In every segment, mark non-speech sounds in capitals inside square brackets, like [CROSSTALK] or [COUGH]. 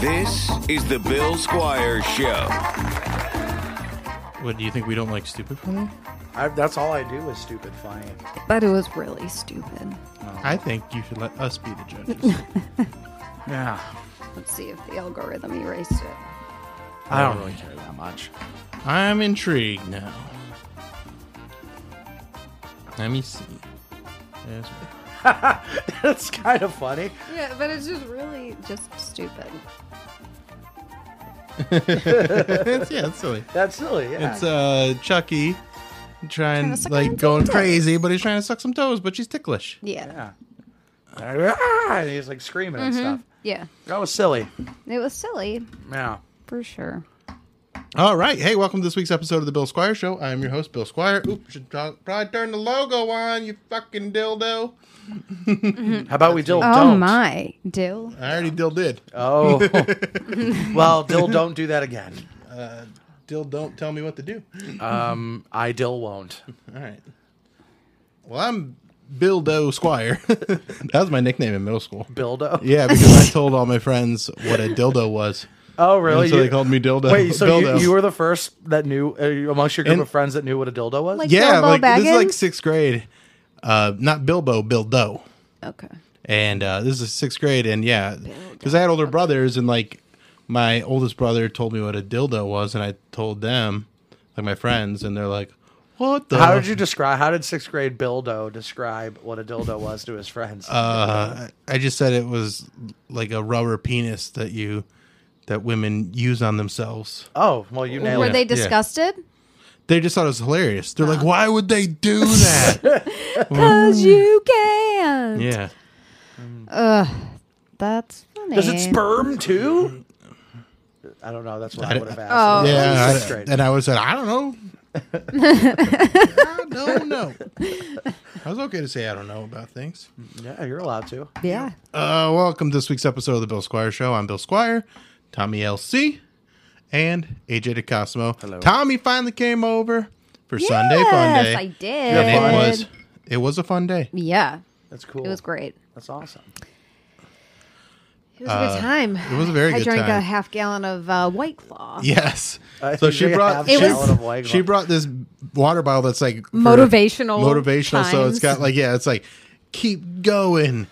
This is the Bill Squire Show. What do you think we don't like stupid funny? I, that's all I do is stupid funny. But it was really stupid. I think you should let us be the judges. [LAUGHS] Yeah, Let's see if the algorithm erased it. I don't really care [LAUGHS] that much. I'm intrigued now. Let me see. There's That's kind of funny. Yeah, but it's just really just stupid. it's, yeah, it's [LAUGHS] silly. That's silly. Yeah. It's uh Chucky trying to suck like man's going toes. crazy, but he's trying to suck some toes, but she's ticklish. Yeah. Ah, and he's like screaming and Mm-hmm. stuff. Yeah. That was silly. It was silly, Yeah. for sure. All right. Hey, welcome to this week's episode of the Bill Squire Show. I'm your host, Bill Squire. Oops, should talk, probably turn the logo on, you fucking dildo. How about we dill Oh don't? my. Dill. I already Uh, dill did. [LAUGHS] [LAUGHS] Oh. well, dill don't do that again. Dill don't tell me what to do. Um, I dill won't. All right. Well, I'm Bill Doe Squire. [LAUGHS] that was my nickname in middle school. Dildo. Yeah, because I told all my friends what a dildo was. Oh, really? And so they called me Dildo. Wait, so you, Dildo. you were the first that knew uh, amongst your group And- of friends that knew what a dildo was? Like- yeah, Bilbo like this is like Baggins? sixth grade. Uh, not Bilbo, Bill Doe. Okay. and uh, this is sixth grade, and yeah, because I had older brothers, and like my oldest brother told me what a dildo was, and I told them, like my friends, and they're like, "What the?" how did you describe? How did sixth grade Bildo describe what a dildo was to his friends? Uh, I just said it was like a rubber penis that you that women use on themselves. oh, well, you nailed Were it. they Yeah. disgusted? They just thought it was hilarious. They're like, "Why would they do that?" Because you can. [LAUGHS] Mm. yeah. That's funny. Does it sperm too? I don't know. That's what I, I- would have asked. Oh. Yeah, Sixth I- grade. and I would said, I don't [LAUGHS] know. I don't know. I was okay to say I don't know about things. Yeah, you're allowed to. Yeah. Uh, welcome to this week's episode of the Bill Squire Show. I'm Bill Squire, Tommy LC, and AJ DeCosmo. Hello. Tommy finally came over for Sunday Fun Day. I did. And it was it was a fun day. Yeah. That's cool. It was great. That's awesome. It was a good time. It Uh, was a very I good drank time. a half gallon of uh, White Claw. Yes. I so think she they brought have she, It was- Gallon of White she Claw. brought this water bottle that's like for- Motivational Motivational. So it's times. got like yeah, it's like keep going,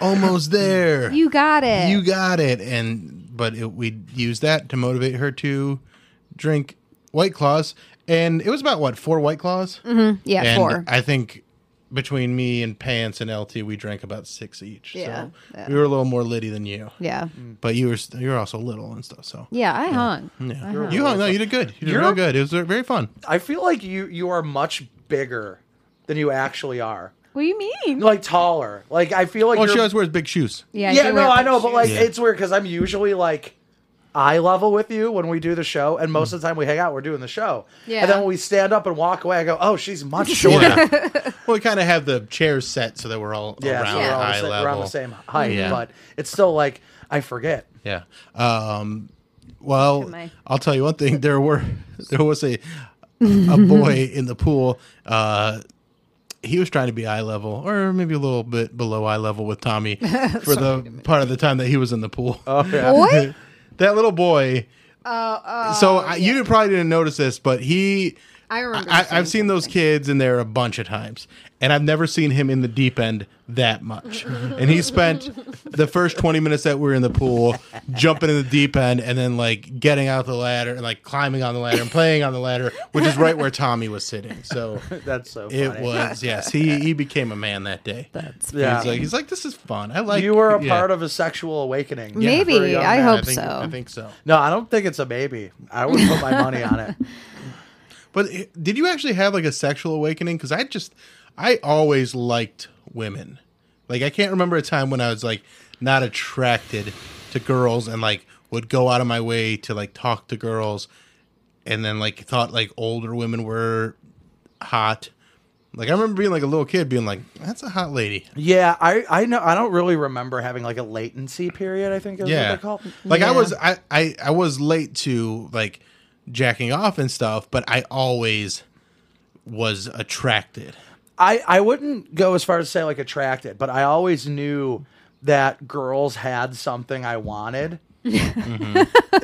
almost there. You got it. You got it. And but it, we used that to motivate her to drink White Claws, and it was about what four White Claws. Mm-hmm. yeah, and four. I think between me and Pants and LT, we drank about six each. Yeah, so yeah. we were a little more litty than you, yeah. but you were st- you were also little and stuff. So Yeah, I hung. Uh-huh. yeah, you hung. No, you did good. You did You're- real good. It was very fun. I feel like you you are much bigger than you actually are. What do you mean? Like taller. Like I feel like Well, you're- she always wears big shoes. Yeah, yeah, do no, wear I know, but big like shoes. Yeah. it's weird because I'm usually like eye level with you when we do the show, and most of the time we hang out, we're doing the show. Yeah. And then when we stand up and walk away, I go, "Oh, she's [LAUGHS] much shorter." Yeah. [LAUGHS] well, we kind of have the chairs set so that we're all Yeah, around so we're, all the eye sa- level. we're on the same height, Yeah. but it's still like I forget. Yeah. Um, well, my- I'll tell you one thing. There were [LAUGHS] there was a a boy in the pool. Uh, he was trying to be eye level, or maybe a little bit below eye level with Tommy for the part of the time that he was in the pool. [LAUGHS] Oh. Boy? that little boy. so I, you didn't- probably didn't notice this, but he. I [LAUGHS] remember I, you saying I've seen those kids in there a bunch of times, and I've never seen him in the deep end that [LAUGHS] much. and he spent the first twenty minutes that we were in the pool jumping in the deep end, and then like getting out the ladder and like climbing on the ladder and playing on the ladder, which is right where Tommy was sitting. [LAUGHS] So That's so. Funny. it was yes, he he became a man that day. That's yeah. he's like he's like this is fun. I like you were a yeah. part of a sexual awakening. Yeah. Maybe. for a young I man. hope think- so. I think so. [LAUGHS] No, I don't think it's a maybe. I would put my money on it. But i- did you actually have like a sexual awakening? Because I just, I always liked women. Like I can't remember a time when I was like not attracted to girls and like would go out of my way to like talk to girls, and then like thought like older women were hot. Like I remember being like a little kid, being like, "That's a hot lady." Yeah, I, I know I don't really remember having like a latency period. I think is what yeah they call. it. like i Yeah. was I, I i was late to like jacking off and stuff but i always was attracted I I wouldn't go as far as say like attracted, but I always knew that girls had something I wanted. Mm-hmm.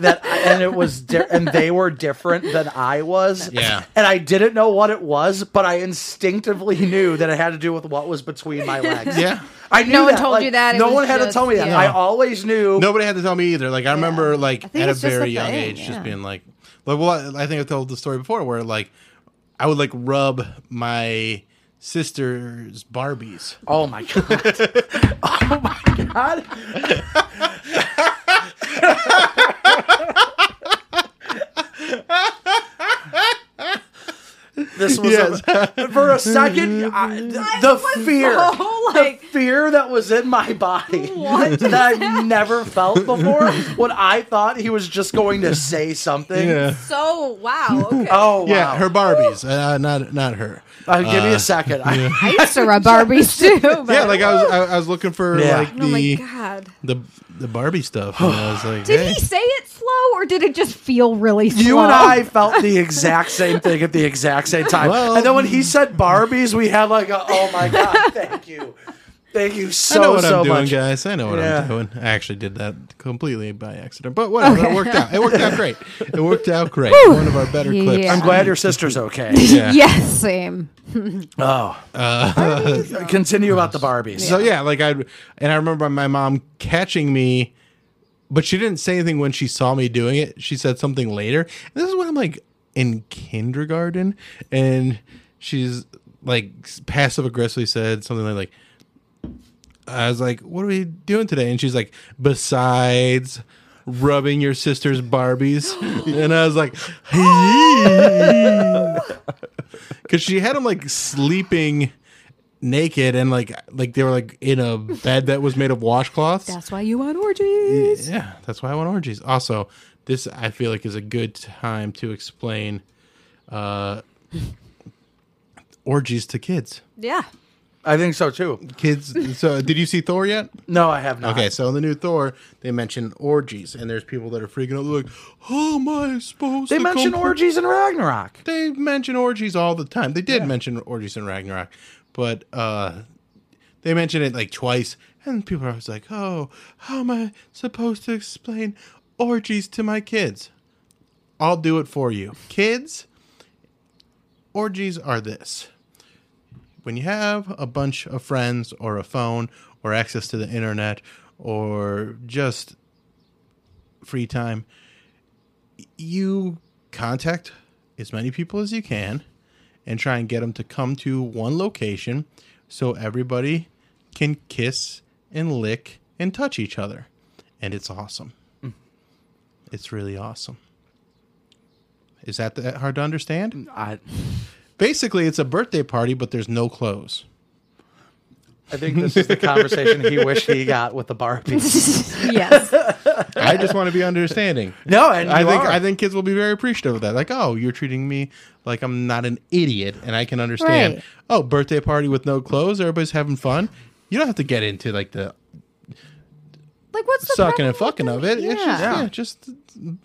that and it was di- and they were different than I was. Yeah. And I didn't know what it was, but I instinctively knew that it had to do with what was between my legs. yeah I knew No one that, told like, you that, it No was one had to just- tell me that. yeah. I always knew. nobody had to tell me either like i remember like I think at a it's just a very young thing, age just yeah. being like like well I, I think i told the story before where like i would like rub my sister's barbies Oh my god. oh my god. this Oh, was [LAUGHS] a- for a second [LAUGHS] I, th- the fear so, like- the fear that was in my body [LAUGHS] that I've never felt before when I thought he was just going to say something. So [LAUGHS] wow. Okay. Oh wow. yeah her barbies uh, not not her Uh, give me a second. I- I used [LAUGHS] to rub Barbies too. But, yeah like i was i, I was looking for Yeah. like oh my the god. the the barbie stuff and i was like Did hey. he say it slow or did it just feel really slow? You and [LAUGHS] I felt the exact same thing at the exact same time. Well- and then when he said Barbies, we had like a, oh my [LAUGHS] God, thank you. Thank you so, I know what so I'm doing, much. guys. I know what Yeah. I'm doing. I actually did that completely by accident, but whatever. It worked out. It worked out great. It worked out great. One of our better Yeah. clips. I'm glad your [LAUGHS] sister's okay. Yeah. Yes, same. Oh. Uh, [LAUGHS] Continue about the Barbies. So yeah, like I and I remember my mom catching me, but she didn't say anything when she saw me doing it. She said something later. And this is when I'm like in kindergarten, and she's like passive aggressively said something like, like I was like, "What are we doing today?" And she's like, "Besides." Rubbing your sister's Barbies, and I was like, because she had him like sleeping naked and like like they were like in a bed that was made of washcloths. That's why you want orgies. yeah, that's why I want orgies. Also, this I feel like is a good time to explain uh orgies to kids. Yeah. I think so too. Kids so did you see Thor yet? No, I have not. Okay, so in the new Thor, they mention orgies and there's people that are freaking out like, "How am I supposed They to mentioned compl- orgies in Ragnarok. they mention orgies all the time. They did mention orgies in Ragnarok, but uh, they mention it like twice, and people are always like, "Oh, how am I supposed to explain orgies to my kids?" I'll do it for you, kids. Orgies are this: when you have a bunch of friends, or a phone, or access to the internet, or just free time you contact as many people as you can and try and get them to come to one location so everybody can kiss and lick and touch each other. And it's awesome. It's really awesome. Is that that hard to understand? I, Basically, it's a birthday party, but there's no clothes. I think this is the conversation he wished he got with the Barbies. [LAUGHS] yes. I just want to be understanding. [LAUGHS] No, and I you think are. I think kids will be very appreciative of that. Like, oh, you're treating me like I'm not an idiot, and I can understand. Right. Oh, birthday party with no clothes, everybody's having fun. You don't have to get into like the Like what's the sucking and problem fucking of it. It's just, Yeah. yeah, just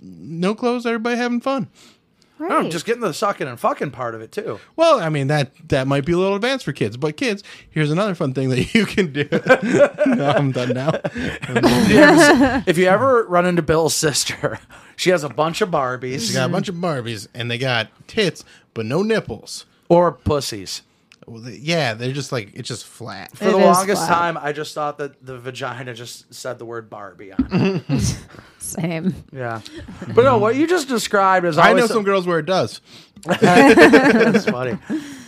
no clothes, everybody having fun. with- No, Right. Oh, just getting to the sucking and fucking part of it [LAUGHS] too. Well, I mean that that might be a little advanced for kids, but kids, here's another fun thing that [LAUGHS] you can do. no, I'm done now. if you ever run into Bill's sister, [LAUGHS] she has a bunch of Barbies They got a bunch of Barbies and they got tits, but no nipples. or pussies. Well, they- Yeah, they're just like it's just flat. For the It is longest flat. time, I just thought that the vagina just said the word Barbie on it. same. yeah. But no, what you just described is I always know some girls where it does. [LAUGHS] that's funny.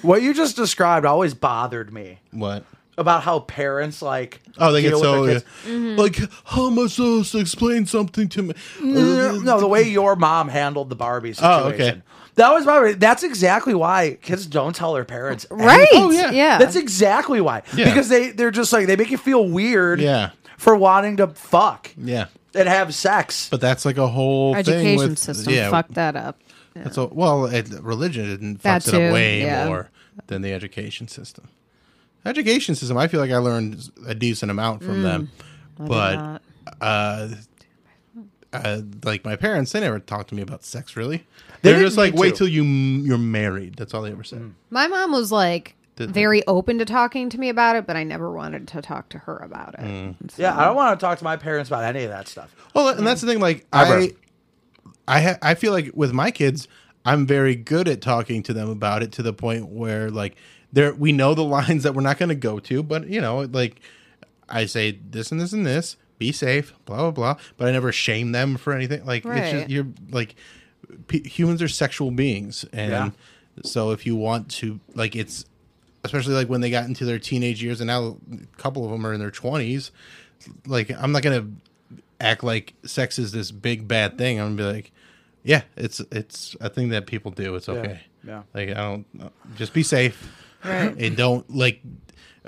What you just described always bothered me. What? about how parents like Oh, they get deal so with their kids. Mm-hmm. like, how am I supposed to explain something to me? No, no, the way your mom handled the Barbie situation. Oh, okay. That was my. That's exactly why kids don't tell their parents. oh, Right. Oh, anything. yeah. That's exactly why. Yeah. Because they they're just like they make you feel weird. Yeah. For wanting to fuck Yeah, and have sex. but that's like a whole thing Education with, system Yeah, fucked that up. that's a, well, it, religion didn't That fucked it too, up way yeah. more than the education system. Education system, I feel like I learned a decent amount from them, but not. uh, uh, like my parents, they never talked to me about sex really. They They are just like, didn't need wait to. till you you're married. That's all they ever said. My mom was like Did- very open to talking to me about it, but I never wanted to talk to her about it. Mm. So- Yeah, I don't want to talk to my parents about any of that stuff. Well, and that's the thing. Like Ever. I, I, ha- I feel like with my kids, I'm very good at talking to them about it to the point where like there we know the [LAUGHS] lines that we're not going to go to, but you know, like I say this and this and this. Be safe, blah blah blah. But I never shame them for anything. Like it's Right. just you're like p- humans are sexual beings, and Yeah. so if you want to like it's especially like when they got into their teenage years and now a couple of them are in their 20s like i'm not gonna act like sex is this big bad thing i'm gonna be like yeah it's it's a thing that people do it's okay yeah. like i don't just be safe Right. and don't like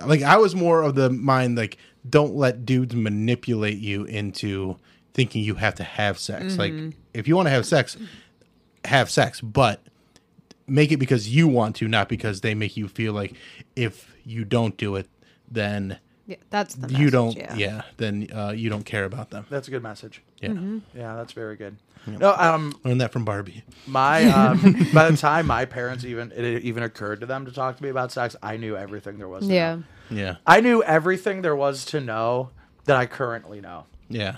like i was more of the mind like don't let dudes manipulate you into thinking you have to have sex like if you want to have sex have sex but make it because you want to, not because they make you feel like if you don't do it, then Yeah, that's the you message, don't. Yeah, then uh, you don't care about them. That's a good message. Yeah, Yeah, that's very good. No, um, learn that from Barbie. My um, [LAUGHS] by the time my parents even it even occurred to them to talk to me about sex, I knew everything there was. To Yeah. [LAUGHS] know. Yeah, I knew everything there was to know that I currently know. yeah.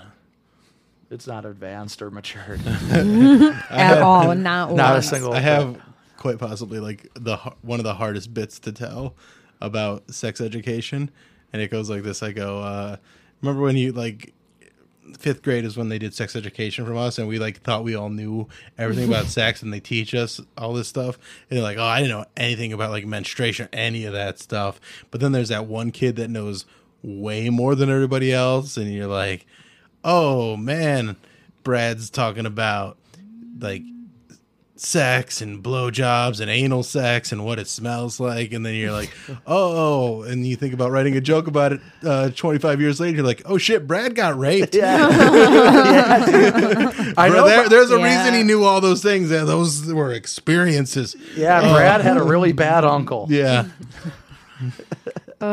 It's not advanced or matured. [LAUGHS] At [LAUGHS] all, Not not a once. single. I have quite possibly like the har- one of the hardest bits to tell about sex education, and it goes like this. I go, uh, remember when you like. Fifth grade is when they did sex education from us, and we like thought we all knew everything about sex, and they teach us all this stuff. And they're like, "Oh, I didn't know anything about like menstruation, or any of that stuff." But then there's that one kid that knows way more than everybody else, and you're like, "Oh man, Brad's talking about like sex and blowjobs and anal sex and what it smells like, and then you're like, [LAUGHS] oh, and you think about writing a joke about it uh, 25 years later. You're like, oh shit, Brad got raped. yeah. Yeah, dude. I Bro, know. there- Bra- there's a Yeah. reason he knew all those things. and those were experiences. yeah, Brad had [LAUGHS] a really bad uncle. Yeah, [LAUGHS]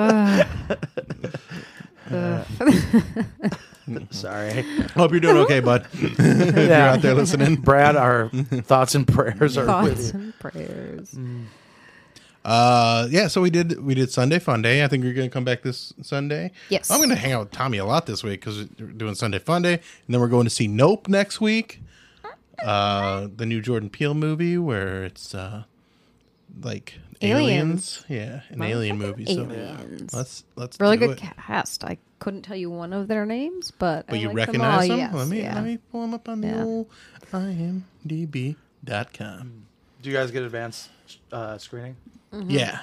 Sorry, hope you're doing okay, bud. yeah. Out there listening. Brad, [LAUGHS] our thoughts and prayers are Thoughts with you. and prayers. Mm, Uh, yeah. So we did we did Sunday Fun Day. I think you're gonna come back this Sunday. Yes. I'm gonna hang out with Tommy a lot this week because we're doing Sunday Fun Day, and then we're going to see Nope next week. Uh, the new Jordan Peele movie where it's uh, like aliens. Aliens. Yeah, an alien movie. aliens. So let's let's Really do good it. cast. I couldn't tell you one of their names, but But I you like recognize them. them? all. Yes, let me yeah. let me pull them up on Yeah. the old imdb.com. Do you guys get advanced uh, screening? Mm-hmm. Yeah.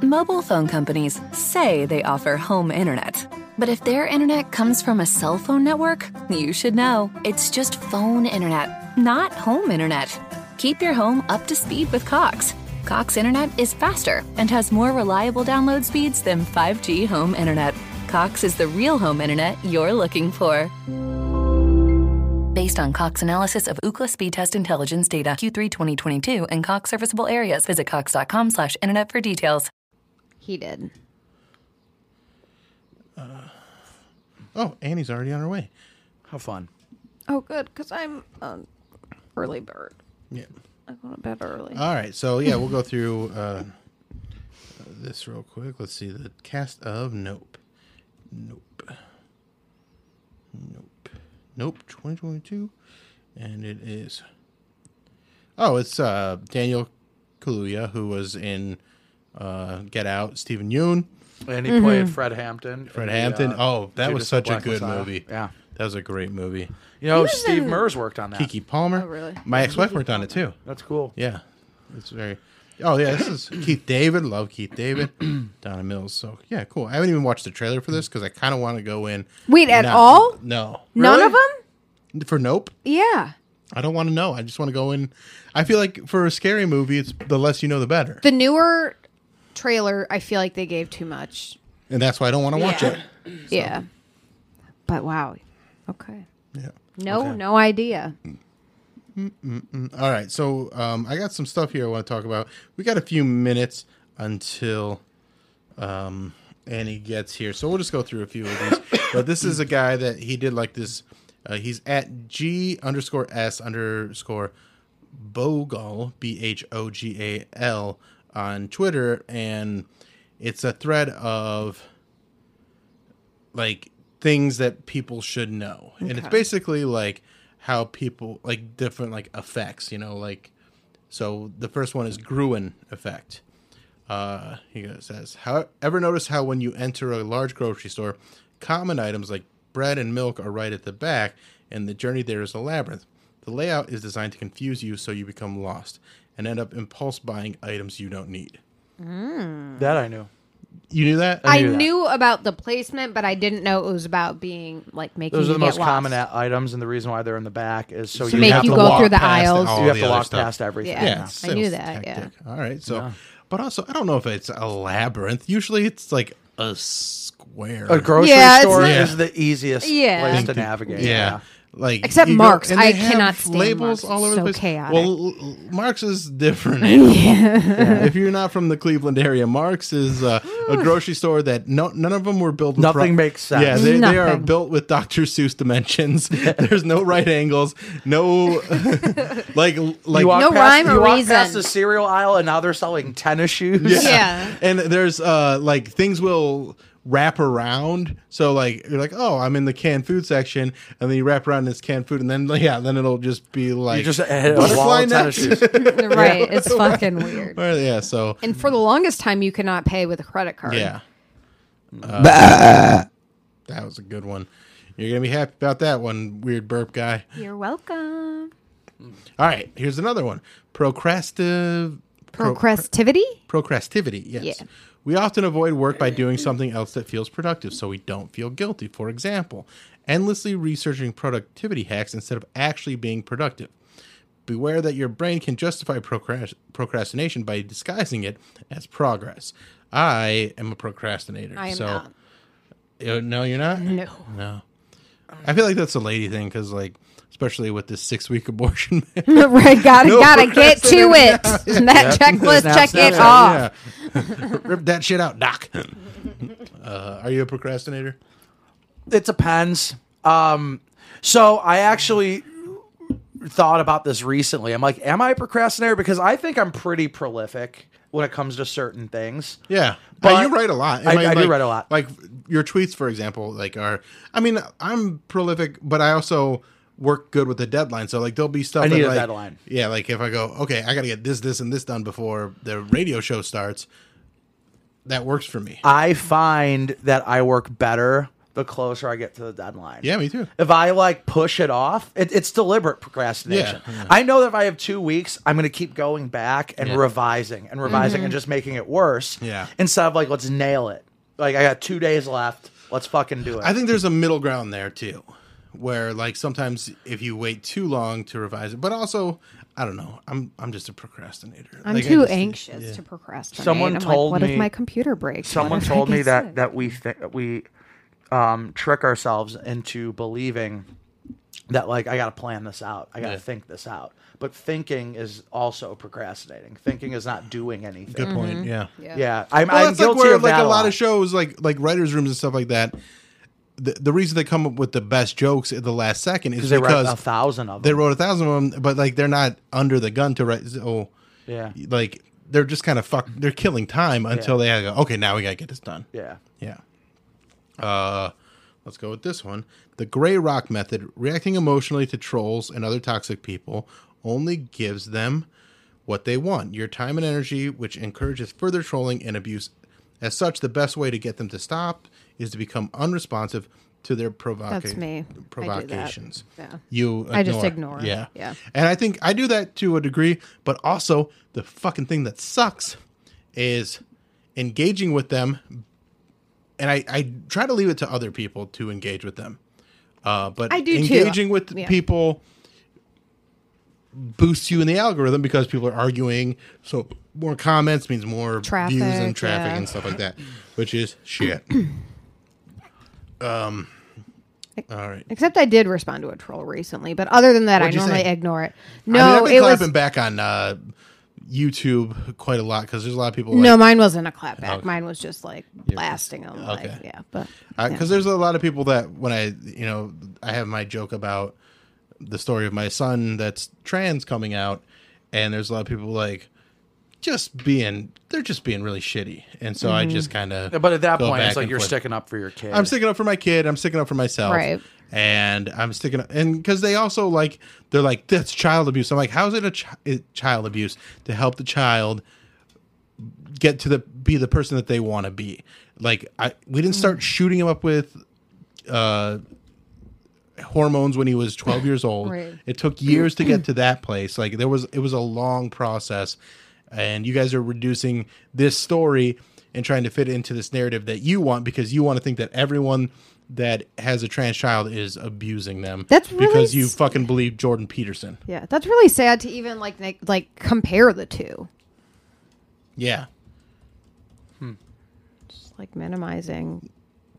Mobile phone companies say they offer home internet. But if their internet comes from a cell phone network, you should know. It's just phone internet, not home internet. Keep your home up to speed with Cox. Cox internet is faster and has more reliable download speeds than 5G home internet. Cox is the real home internet you're looking for. Based on Cox analysis of Ookla speed test intelligence data Q3 2022 and Cox serviceable areas, visit cox.com/internet slash internet for details. He did. Oh, Annie's already on her way. How fun. Oh, good, because I'm an early bird. Yeah. I go to bed early. All right, so yeah, we'll go through uh, this real quick. Let's see the cast of Nope, Nope, Nope, Nope, 2022, and it is. Oh, it's uh, Daniel Kaluuya who was in uh, Get Out. Stephen Yoon, And he played Mm-hmm. Fred Hampton. uh, Fred Hampton. oh, that was such a good movie. Yeah. that was a great movie. You know, was Steve in- Murs worked on that. Kiki Palmer. Oh, really? My ex-wife worked on it too. That's cool. Yeah, it's very. Oh yeah, this [CLEARS THROAT] is Keith David. Love Keith David. Donna Mills. So yeah, cool. I haven't even watched the trailer for this because I kind of want to go in. Wait, at not- all? No, None Really? of them? for Nope. Yeah. I don't want to know. I just want to go in. I feel like for a scary movie, it's the less you know, the better, The newer trailer, I feel like they gave too much. and that's why I don't want to watch Yeah. it. Yeah. But wow. Okay. Yeah. No, no idea. All right. So um, I got some stuff here I want to talk about. We got a few minutes until um, Annie gets here, so we'll just go through a few of these. but this is a guy that he did like this. Uh, he's at G underscore S underscore Bogal B H O G A L on Twitter, and it's a thread of like things that people should know and it's basically like how people like different like effects you know like so the first one is gruen effect uh he goes- says how ever notice how when you enter a large grocery store common items like bread and milk are right at the back and the journey there is a labyrinth the layout is designed to confuse you so you become lost and end up impulse buying items you don't need That I knew. you knew that I knew that. knew about the placement, but I didn't know it was about being like making Those are you the most get lost. common a- items, and the reason why they're in the back is so, To make have you to go walk through the past aisles. all you have the to other walk stuff. past everything. Yeah. Yeah. I knew sales that, yeah. All right. So, but also, I don't know if it's a labyrinth. Usually, it's like a square. A grocery Yeah, it's store not- is the easiest Yeah. place Think to the- navigate. Yeah. Like Except you go- Mark's. and they I have cannot stand Mark's. It's so chaotic. Well, l- l- Mark's is [LAUGHS] different. yeah. If you're not from the Cleveland area, Mark's is uh, [SIGHS] a grocery store that no, none of them were built. with Nothing makes sense. Yeah, they, they are Nothing. built with Dr. Seuss [LAUGHS] dimensions. There's no right angles. No, [LAUGHS] like like You walk No rhyme you or walk reason. past the cereal aisle, and now they're selling tennis shoes. Yeah. And there's uh like things will wrap around. So like you're like, oh, I'm in the canned food section, and then you wrap around this canned food, and then [LAUGHS] yeah, then it'll just be like [LAUGHS] You just hit a wall of [LAUGHS] tennis shoes. right. It's fucking weird. Or, yeah, so And for the longest time, you could not pay with a credit card. yeah. Uh, that was a good one. You're gonna be happy about that one, weird burp guy. You're welcome. All right, here's another one. Procrasti pro- Procrastivity? procrastivity. Yes. Yeah. We often avoid work by doing something else that feels productive so we don't feel guilty. For example, endlessly researching productivity hacks instead of actually being productive. Beware that your brain can justify procrast- procrastination by disguising it as progress. I am a procrastinator. I am so [LAUGHS] not. Uh, no, you're not? [LAUGHS] No. No. I feel like that's a lady thing because, like, especially with this six week [LAUGHS] abortion. right. Gotta, No gotta get to it. [LAUGHS] That checklist, Snap, check snap, it snap. off. [LAUGHS] Yeah. Rip that shit out, Doc. Uh, are you a procrastinator? It depends. Um, so I actually thought about this recently. I'm like, am I a procrastinator? Because I think I'm pretty prolific when it comes to certain things. Yeah, But- Uh, you write a lot. I- I do like- write a lot. Like your tweets, for example, like are. I mean, I'm prolific, but I also work good with the deadline. So like, there'll be stuff. I that, need a like- deadline. Yeah, like if I go, okay, I got to get this, this, and this done before the radio show starts. That works for me. I find that I work better the closer I get to the deadline. yeah, me too. If I like push it off, it, it's deliberate procrastination. Yeah, yeah. I know that if I have two weeks, I'm going to keep going back and revising and revising and just making it worse. Mm-hmm. Yeah. Instead of like, let's nail it. Like, I got two days left. Let's fucking do it. I think there's a middle ground there too, where like sometimes if you wait too long to revise it, but also I don't know. I'm I'm just a procrastinator. I'm Like, I too just- anxious to procrastinate. Someone I'm told like, what me- if my computer breaks? What someone if I told me get that sick? that we th- we um, trick ourselves into believing that like I got to plan this out, I got to Yeah. think this out. But thinking is also procrastinating. Thinking is not doing anything. Good point. Yeah. Yeah. Yeah, Mm-hmm. I'm, Well, I'm that's like guilty where of like that a lot of shows, like like writers' rooms and stuff like that. The, the reason they come up with the best jokes at the last second is because they write a because thousand of them. they wrote a thousand of them, but like they're not under the gun to write. So yeah, like they're just kind of fuck. They're killing time until they go. Okay, now we gotta get this done. yeah. Yeah. Uh, let's go with this one. The Gray Rock Method, reacting emotionally to trolls and other toxic people, only gives them what they want your time and energy, which encourages further trolling and abuse. As such, the best way to get them to stop is to become unresponsive, to their provoca- That's me. provocations. I do that. Yeah. You ignore. I just ignore. Yeah. Yeah. And I think I do that to a degree, but also the fucking thing that sucks is engaging with them and I, I try to leave it to other people to engage with them. Uh, but I do too. engaging with Yeah. people boosts you in the algorithm because people are arguing. So more comments means more Traffic, views and traffic yeah. and stuff like that, which is shit. [CLEARS THROAT] um, all right. Except I did respond to a troll recently, but other than that, What'd I you normally say? ignore it. I No, mean, I've been it clapping was back on uh, YouTube quite a lot because there's a lot of people. no. Like, Mine wasn't a clapback. Mine was just like blasting them. okay. Uh, Like, yeah, but because yeah. there's a lot of people that when I you know I have my joke about the story of my son that's trans coming out, and there's a lot of people like just being they're just being really shitty, and so I just kind of. But at that point, it's like you're sticking up for your kid. I'm sticking up for my kid. I'm sticking up for myself. Right. And I'm sticking up, and because they also like, they're like, that's child abuse. I'm like, how is it a chi- it- child abuse to help the child get to the be the person that they want to be? Like, I we didn't start shooting him up with uh, hormones when he was 12 years old. Right. It took years to get to that place. Like there was, it was a long process, and you guys are reducing this story and trying to fit it into this narrative that you want because you want to think that everyone that has a trans child is abusing them. That's really because you s- fucking believe Jordan Peterson. yeah, that's really sad to even like like, like compare the two. Yeah. Just like minimizing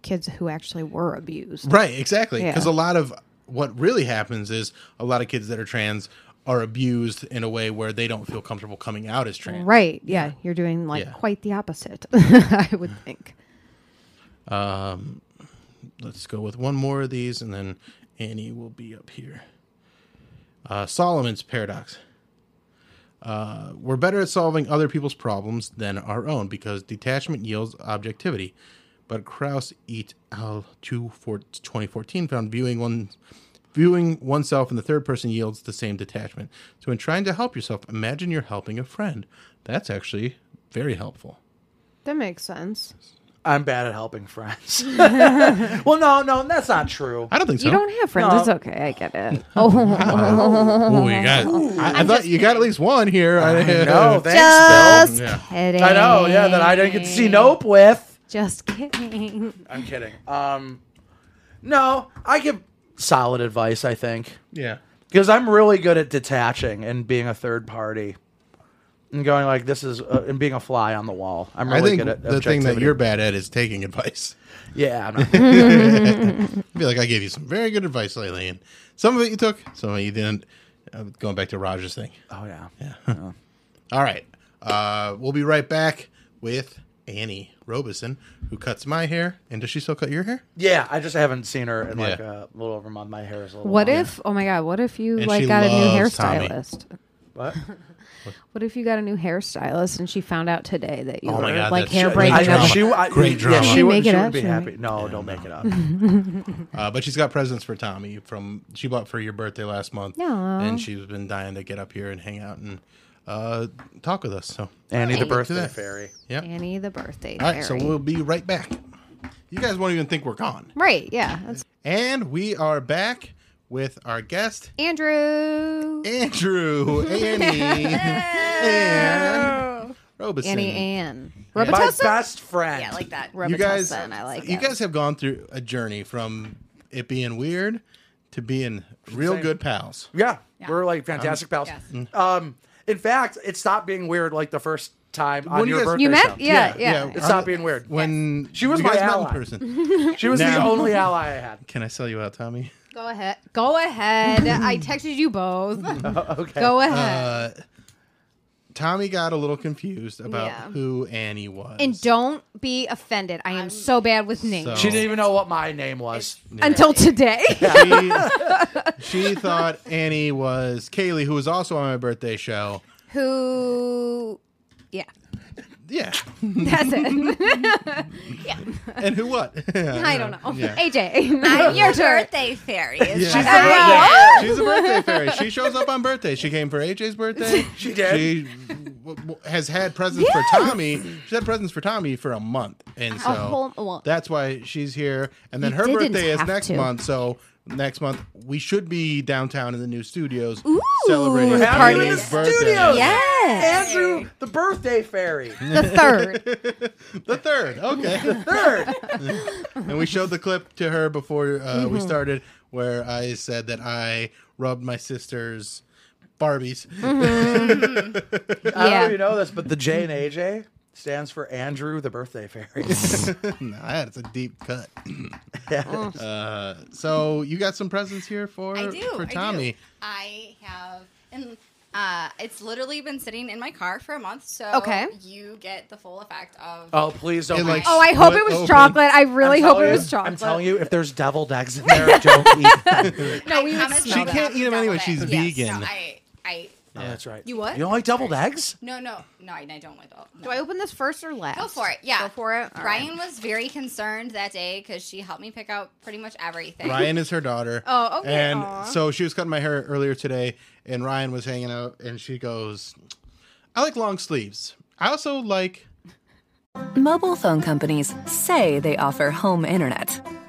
kids who actually were abused. Right, exactly. Yeah. Because a lot of what really happens is a lot of kids that are trans are abused in a way where they don't feel comfortable coming out as trans. Right. Yeah. You're doing like Yeah. quite the opposite, [LAUGHS] I [LAUGHS] would think. Let's go with one more of these, and then Annie will be up here. Uh, Solomon's paradox. Uh, we're better at solving other people's problems than our own because detachment yields objectivity. But Krauss et al. 2 for- 2014 found viewing one viewing oneself in the third person yields the same detachment. So in trying to help yourself, imagine you're helping a friend. That's actually very helpful. That makes sense. I'm bad at helping [LAUGHS] friends. [LAUGHS] well, no, no, that's not true. I don't think so. You don't have friends. No. It's okay. I get it. [LAUGHS] [LAUGHS] Oh, Oh, you got. I, I thought you got at least one here. [LAUGHS] I No, thanks, just Yeah. kidding. Bill. I know, yeah, that I didn't get to see Nope with. Just kidding. I'm kidding. Um, no, I give solid advice. I think Yeah. because I'm really good at detaching and being a third party and going like this is uh, and being a fly on the wall. I'm I really think good at the thing that objectivity. you're bad at is taking advice. [LAUGHS] Yeah, I'm not. I feel like I gave you some very good advice lately, and some of it you took, some of it you didn't. Uh, going back to Raj's thing. oh yeah. All right, uh, we'll be right back with Annie Robeson, who cuts my hair, and does she still cut your hair? Yeah, I just haven't seen her in like Yeah. a little over a month. My hair is a little. What long. if? Oh my god! What if you And she like got a new loves Tommy. hairstylist? [LAUGHS] What? What if you got a new hairstylist and she found out today that you Oh were my God, like that's- hair I braiding? I Great know up? drama. she. I, Great drama. Yeah, Can she you would. make She it would up be for me? happy. No, don't make [LAUGHS] it up. Uh, but she's got presents for Tommy from she bought for your birthday last month, Aw. and she's been dying to get up here and hang out and uh, talk with us. So, Annie the Look to birthday that. fairy. yeah. Annie the birthday All right, so fairy. we'll be right back. You guys won't even think we're gone. Right? Yeah. That's And we are back with our guest, Andrew. [LAUGHS] Andrew, Annie, and Robeson. Annie Ann. My Robitussin. best friend. I like that. you guys, Robitussin. I like you it. guys have gone through a journey from it being weird to being real Same. good pals. Yeah, we're like fantastic pals. Mm. Um, in fact, it stopped being weird like the first time on When you guys- your birthday. You show. met? Yeah. Yeah. It's not being weird. When She was you my guys met in ally. person. She was the Now- only ally I had. Can I sell you out, Tommy? Go ahead. Go [LAUGHS] ahead. I texted you both. Okay. Go ahead. Uh, Tommy got a little confused about Yeah. who Annie was. and don't be offended. I am so bad with names. So- She didn't even know what my name was. Until today. [LAUGHS] she, she thought Annie was Kaylee, who was also on my birthday show. Who. Yeah. [LAUGHS] Yeah. That's it. And who what? [LAUGHS] I don't know. Yeah. [LAUGHS] AJ. I'm your birthday fairy. Is Yeah. [LAUGHS] [LAUGHS] she- She's, a birthday. Hello? She's a birthday fairy. She shows up on birthday. She came for AJ's birthday. She did. She w- w- has had presents for Tommy. She's had presents for Tommy for a month, and so whole- well- that's why she's here. And then You her didn't birthday is have next to. month, so next month we should be downtown in the new studios celebrating Happy Haley's New birthday. Oh, Studios! Yes. Andrew, the birthday fairy. [LAUGHS] [LAUGHS] The [LAUGHS] third. The third, okay. Third. and we showed the clip to her before uh, we started, where I said that I rubbed my sister's Barbies. I don't know Yeah. if you know this, but the J and AJ stands for Andrew the [LAUGHS] birthday fairy. [LAUGHS] nah, it's a deep cut. uh, so you got some presents here for I do. for I do. Tommy. [LAUGHS] I, have, and uh, it's literally been sitting in my car for a month. So Okay. you get the full effect of. oh, please don't. It, like, be- Oh, I hope Split it was open. chocolate. I I'm really hope telling it you- was chocolate. I'm telling you, if there's deviled eggs in [LAUGHS] there, don't eat them. [LAUGHS] No, we would smell promise you that. She can't eat them double anyway, it. she's Yes, vegan. No, I, I, Oh, that's right. You what? You don't like deviled eggs? no, no, no, I, I don't like that. No. Do I open this first or last? Go for it. Yeah. Go for it. All right. Ryan was very concerned that day because she helped me pick out pretty much everything. Ryan is her daughter. Oh, okay, And aw. so she was cutting my hair earlier today, and Ryan was hanging out, and she goes, "I like long sleeves. I also like." Mobile phone companies say they offer home internet.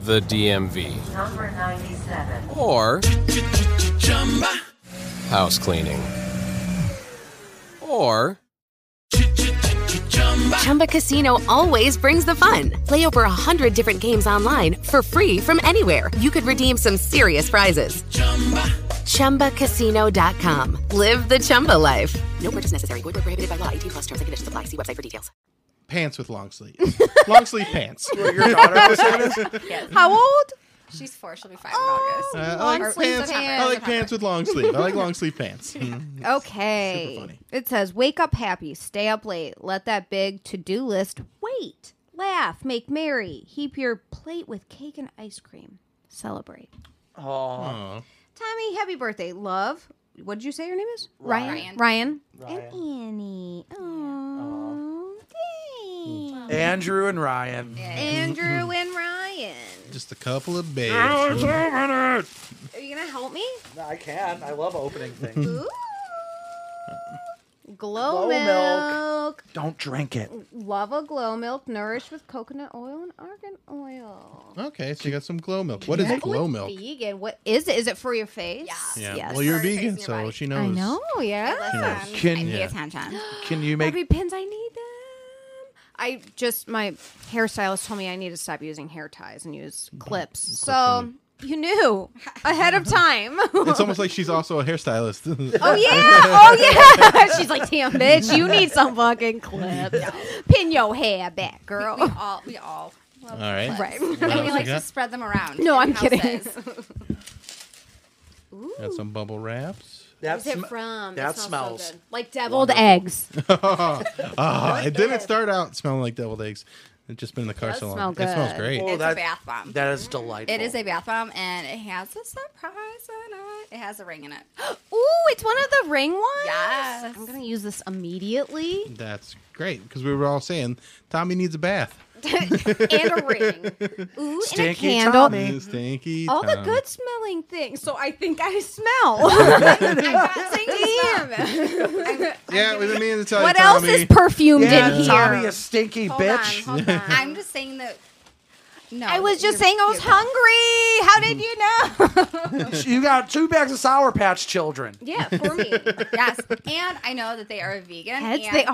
the DMV, Number 97. or house cleaning, or Chumba Casino always brings the fun. Play over 100 different games online for free from anywhere. You could redeem some serious prizes. ChumbaCasino.com. Live the Chumba life. No purchase necessary. Void where prohibited by law. 18 plus terms and conditions apply. See website for details. Pants with long sleeves. long sleeve pants. Uh, Your daughter was saying this? How old? [LAUGHS] She's four. She'll be five Uh, in August. Uh, I like sleeve pants. I pants. like pants with long sleeve. I like long sleeve [LAUGHS] pants. Mm. Okay. funny. It says, wake up happy, stay up late, let that big to do list wait, laugh, make merry, heap your plate with cake and ice cream, celebrate. Oh, Aw. Tommy, happy birthday. Love. What did you say your name is? Ryan. Ryan. Ryan. Ryan. And Annie. Oh, dang. Andrew and Ryan. [LAUGHS] Andrew and Ryan. Just a couple of Mm. babes. Are you going to help me? I can. I love opening things. Ooh. Glow Glow, milk. milk. don't drink it. Love a glow milk nourished with coconut oil and argan oil. Okay, so you got some glow milk. What is glow milk? Vegan. What is it? Is it for your face? Yeah. Yeah. Yes. Well, you're Sorry, vegan, facing so your body. she knows. I know. Um, Yeah. Listen, Can- I pay Yeah. attention. Can you make? Bobby pins. I need them. I just my hairstylist told me I need to stop using hair ties and use clips. So you knew ahead of [LAUGHS] time. It's almost like she's also a hairstylist. [LAUGHS] Oh yeah! Oh yeah! [LAUGHS] She's like, "Damn, bitch, you need some fucking clips. Pin your hair back, girl." We [GASPS] all, we all. All right. Right. else And we you like got? to spread them around. No, in I'm kidding. houses. Got some bubble wraps. that Where's it sm- from? that It so smells good. like deviled eggs. Oh, it didn't start out smelling like deviled eggs. It's just been in the car does so long. smell It smells good. great. Oh, It's that- a bath bomb. That is delightful. it is a bath bomb, and it has a surprise in it. It has a ring in [LAUGHS] it. Ooh, it's one of the ring ones. Yes. I'm gonna use this immediately. That's great because we were all saying Tommy needs a bath. [LAUGHS] and a ring. Ooh, Stinky and a candle. Tommy. Um, Stinky. All the Tom. good smelling things. So I think I smell. I got things. Damn. Yeah, we've been meaning to tell [LAUGHS] what you, else Tommy. is perfumed Yeah, in here? Tommy, a stinky Hold on, bitch. hold on. [LAUGHS] I'm just saying that. No, I was you're- just saying I was you're- hungry. How did you know? You got two bags of Sour Patch Children. [LAUGHS] yeah, for me. [LAUGHS] Yes, and I know that they are [LAUGHS] vegan. Heads and they are.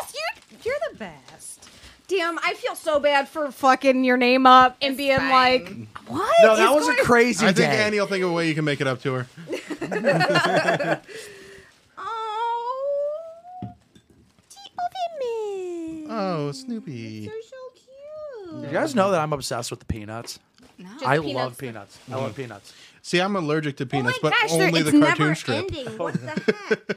Yes, you you're the best. Damn, I feel so bad for fucking your name up and being fine. like, what? No, that is was a going- crazy I day. think Annie will think of a way you can make it up to her. Oh, the oven man. Oh, Snoopy. They're so you cute. guys know that I'm obsessed with the peanuts. No. I peanuts. love peanuts. I love peanuts. See, I'm allergic to Oh my peanuts, but gosh, they're- only it's the cartoon never strip. ending. What the heck?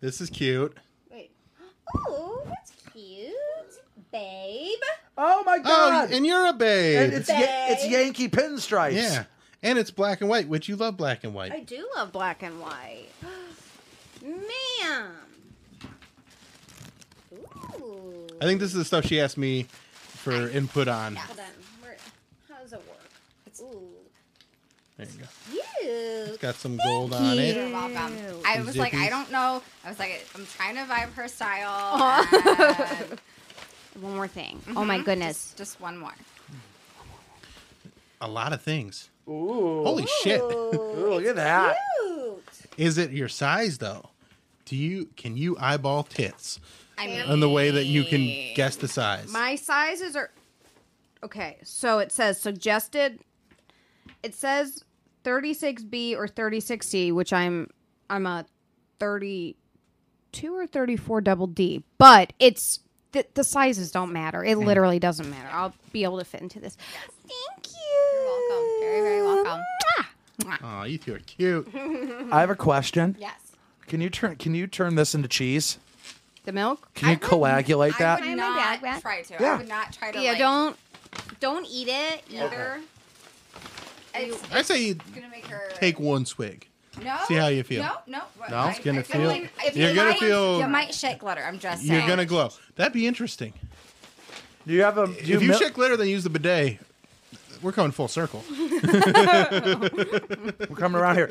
This is cute. Wait. Oh, that's cute, babe. Oh my Oh, god! and you're a babe. And it's Ya- it's Yankee pinstripes. yeah, and it's black and white, which you love black and white. I do love black and white. [GASPS] Ma'am. Ooh. I think this is the stuff she asked me for input on. Hold on. Where, how does it work? Ooh. There you go. You. Got some gold on You're it. welcome. I Some was like, zippies. I don't know. I was like, I'm trying to vibe her style. and- One more thing. Mm-hmm. Oh my goodness. Just one more. A lot of things. Ooh. Holy [LAUGHS] shit! Ooh, look at that. Ooh. Is it your size though? Do you can you eyeball tits I mean, in the way that you can guess the size? My sizes are okay. So it says suggested. It says 36B or 36C, which I'm I'm a 32 or 34 double D, but it's the, the sizes don't matter. Mm-hmm. It literally doesn't matter. I'll be able to fit into this. Thank you. You're welcome. Very, very welcome. Aw, you two are cute. I have a question. Yes. Can you turn Can you turn this into cheese? The milk. Can you coagulate that? I Can I would have my bag not back? try to. Yeah. I would not try to. yeah, like- don't don't eat it either. It's I say you gonna make her take one swig. No. See how you feel. No. No. No. It's gonna I feel- Like, if you're you gonna might- feel- You might shit glitter. I'm just saying. You're gonna glow. That'd be interesting. Do you have a? Do if you mil- check later than use the bidet, we're coming full [LAUGHS] circle. We're coming around [LAUGHS] here.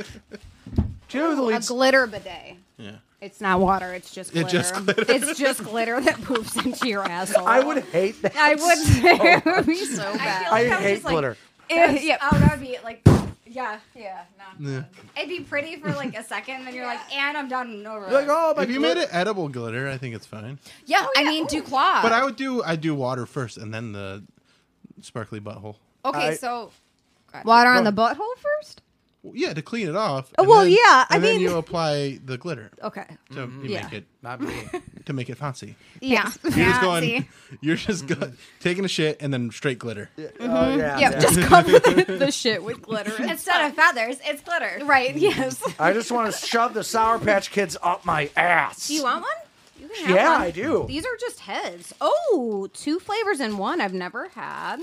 Do you have the A leads? glitter bidet. Yeah. It's not water. It's just It glitter. just It's just glitter that poops into your asshole. I would hate that. I [LAUGHS] would. it would be so I, bad. feel I like I would hate just, like, glitter. [LAUGHS] It- yeah. Oh, that would be like. Yeah. Yeah. No. It'd be pretty for like a second, then you're like, and I'm done and over. Like with. oh my. If you made it edible glitter, I think it's fine. yeah, I mean Duclaw. "Oh, But I would do I do water first and then the sparkly butthole. okay, I- so Water on the butthole first. Well, yeah, to clean it off. and Oh, well, then- yeah, I and then mean- you apply the glitter Okay. to you Yeah. make it Not me. Oh, to make it fancy. Yeah. You're just going. [LAUGHS] You're [LAUGHS] just go- taking a shit and then straight glitter. Oh yeah. Yeah. yeah. Just cover the shit with [LAUGHS] glitter. instead of feathers, it's glitter. right. Yes. I just want to shove the Sour Patch Kids up my ass. Do [LAUGHS] you want one? You can have Yeah, one. I do. These are just heads. Oh, two flavors in one. I've never had.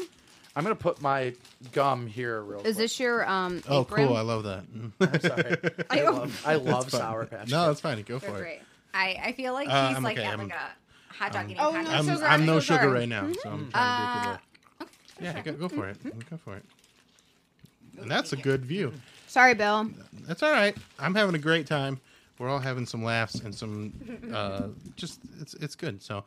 I'm gonna put my gum here real Is quick. this your um? Oh, apron? Oh, cool! I love that. Mm. I love, I love Sour Patch. No, that's fine. Go for Great. it. I, I feel like Uh, he's I'm like okay, at I'm- like a hot dog eating Oh, contest. no, I'm, so I'm, sorry, no so sugar sorry. Mm-hmm. Uh, right now, so I'm trying to do good work. Yeah, go, go for it. Go for it. And that's a good view. Sorry, Bill. That's all right. I'm having a great time. We're all having some laughs and some uh, just it's it's good. So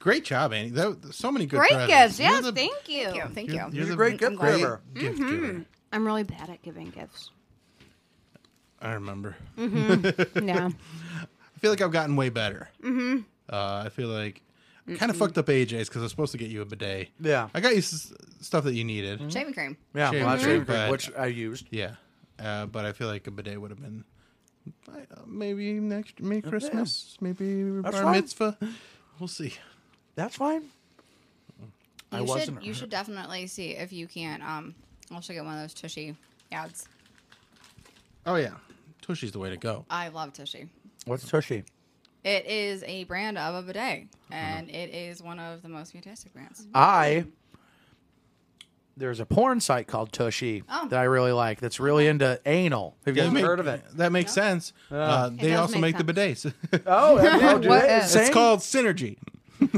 great job, Annie. That, so many good Great presents. gifts. You're Yes. the- thank Mm-hmm. you. Thank you. Thank you're- you. you're the great gift great giver. gift giver. I'm really bad at giving [LAUGHS] gifts. I remember. Mm-hmm. Yeah. I feel like I've gotten way better. Mm-hmm. Uh, I feel like I Mm-hmm. kind of fucked up AJ's because I was supposed to get you a bidet. Yeah. I got you s- stuff that you needed. Mm-hmm. Shaving cream. Yeah, Shame, well, that's shame, really good, but- which I used. Yeah, uh, but I feel like a bidet would have been uh, maybe next, maybe Christmas, maybe bar fine. mitzvah. We'll see. That's fine. I You should wasn't. you should definitely see if you can um also get one of those tushy ads. Oh yeah, Tushy's the way to go. I love tushy. What's Tushy? It is a brand of a bidet, Uh-huh. and it is one of the most fantastic brands. I there's a porn site called Tushy Oh. that I really like. That's really into anal. Have you That guys make- heard of it? That makes sense. Uh, they does also make, make the bidets. [LAUGHS] Oh, oh do What they? is- Same? it's called synergy. It's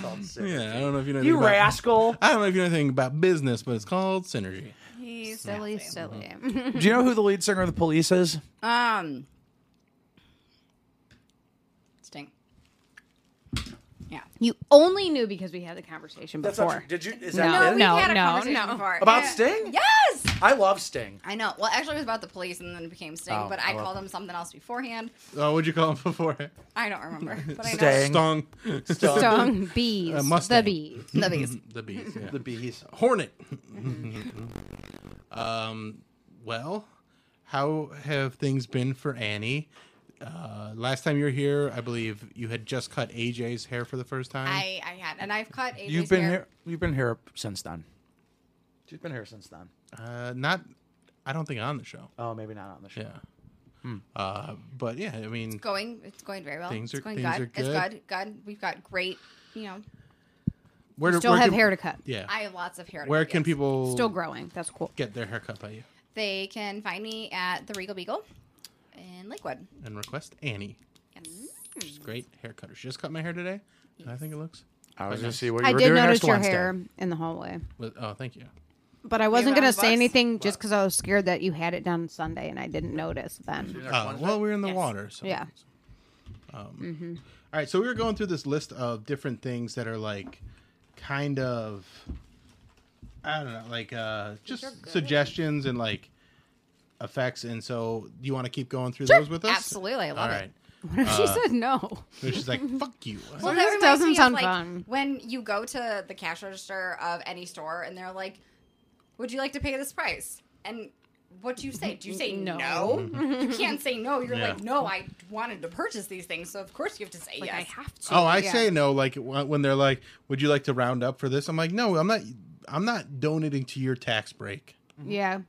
called Tushy. Yeah, I don't know if you know. anything You about- rascal! I don't know if you know anything about business, but it's called synergy. He's Silly, silly. Uh-huh. [LAUGHS] Do you know who the lead singer of the Police is? Um, sting. Yeah. You only knew because we had the conversation before. Did you? Is No. that it? we No. Oh, had a conversation no. before. About Yeah. Sting? Yes. I love Sting. I know. Well, actually, it was about the police, and then it became Sting. Oh, but I I love called him something else beforehand. Oh, what'd you call them [LAUGHS] before? I don't remember. But I know Sting. Stung Stung [LAUGHS] bees. Mustang. the bees. the bees. [LAUGHS] the bees. Yeah. The bees. Hornet. [LAUGHS] um, well, how have things been for Annie? Uh, last time you were here, I believe you had just cut AJ's hair for the first time. I I had, and I've cut. AJ's You've been hair. here. You've been here since then. You've been here since then. uh, not, I don't think on the show. Oh, maybe not on the show. Yeah. Uh, but yeah, I mean, Going, it's going very well. Things are- it's going things good. are It's good. good. Good. We've got great. You know, where do- Still where have can- hair to cut. Yeah, I have lots of hair. to where go, can yes. people Still growing. That's cool. get their haircut by you They can find me at the Regal Beagle in Lakewood. and request Annie? Yes. She's a great haircutter. She just cut my hair today, and I think it looks. I was going to see what you I were did doing notice next your Wednesday. hair in the hallway, But, oh, thank you. but I wasn't were gonna on the say bus? anything just because I was scared that you had it done Sunday and I didn't notice then. Uh, well, we were in the Yes. Mm-hmm. water, so um, Yeah. All right, so we were going through this list of different things that are like kind of I don't know, like uh just suggestions and like effects and so do you want to keep going through those with us? Absolutely, I love All it. right. What if [LAUGHS] she said no? So she's [LAUGHS] like, "Fuck you." Well, This that reminds doesn't me sound of, like, fun. When you go to the cash register of any store and they're like, "Would you like to pay this price?" and what do you say? Do you say no? [LAUGHS] you can't say no. You're Yeah. like, no, I wanted to purchase these things, so of course you have to say yes. I have to. Oh, I Yeah. say no. Like wh- when they're like, "Would you like to round up for this?" I'm like, "No, I'm not. I'm not donating to your tax break." Yeah.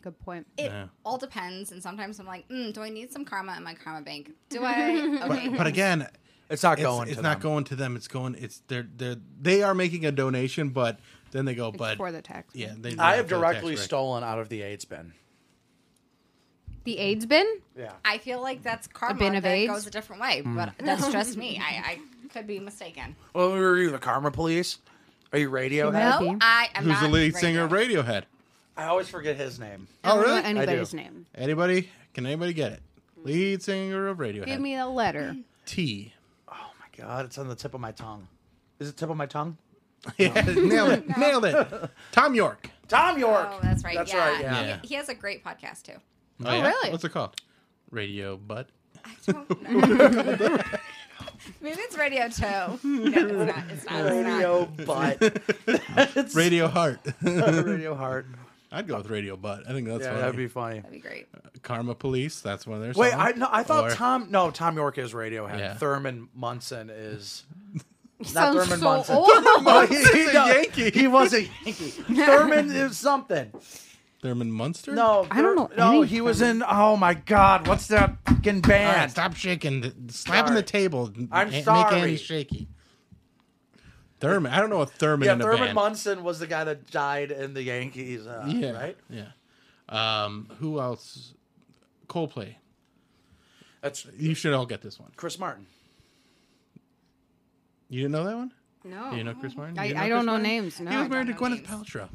Good point. It Yeah. all depends, and sometimes I'm like, mm, do I need some karma in my karma bank? [LAUGHS] Do I? Okay. But again, It's not it's, going. it's to not them. going to them. It's going. It's they're they're they are making a donation, but then they go, but for the tax. Yeah, they, I they have for the tax directly break. stolen out of the AIDS bin. The AIDS bin? Yeah. I feel like that's karma bin of that AIDS? goes a different way, Mm. but [LAUGHS] that's just me. I, I could be mistaken. Well, were you the Karma Police? Are you Radiohead? Well- No, Maybe. Oh, I am Who's not the lead right singer now. of Radiohead? I always forget his name. Oh, I don't know really? Anybody's I do. name. Anybody? Can anybody get it? Lead singer of Radiohead. Mm-hmm. Give me a letter. [LAUGHS] T. Oh my god, it's on the tip of my tongue. Is it tip of my tongue? Yeah, nailed it. Nailed [LAUGHS] it. Tom York. Tom York. Oh, that's right. That's yeah. right, yeah. He- Yeah. He, has a great podcast too. Oh, really? What's it called? Radio Butt. I don't know. [LAUGHS] Maybe it's Radio Toe. No, it's not. It's not. It's not. Radio butt. [LAUGHS] It's Radio Heart. [LAUGHS] Radio heart. I'd go with Radio Butt. I think that's Yeah, funny. that'd be funny. That'd be great. Karma Police. That's one of their Wait, songs. I no, I thought Or- Tom. No, Tom York is Radiohead. Yeah. Thurman Munson [LAUGHS] is. Not [LAUGHS] Sounds Thurman so Munson. old. No, he, he, a no, Yankee. he was a Yankee. [LAUGHS] Thurman is something. Thurman Munster. No, I don't know Thur- No, any he was in. Oh my God, what's that fucking All right, band? stop shaking. th- Slapping Sorry. the table. N- I'm a- sorry. Make Annie shaky. Thurman. I don't know a Thurman yeah, in a Thurman band. Munson was the guy that died in the Yankees. Uh, Yeah. right. Yeah. Um, who else? Coldplay. That's You should all get this one. Chris Martin. You didn't know that one? No. Do you know Chris Martin? I, You I know don't Chris know Martin? names. No. He was I married to don't Gwyneth know Paltrow.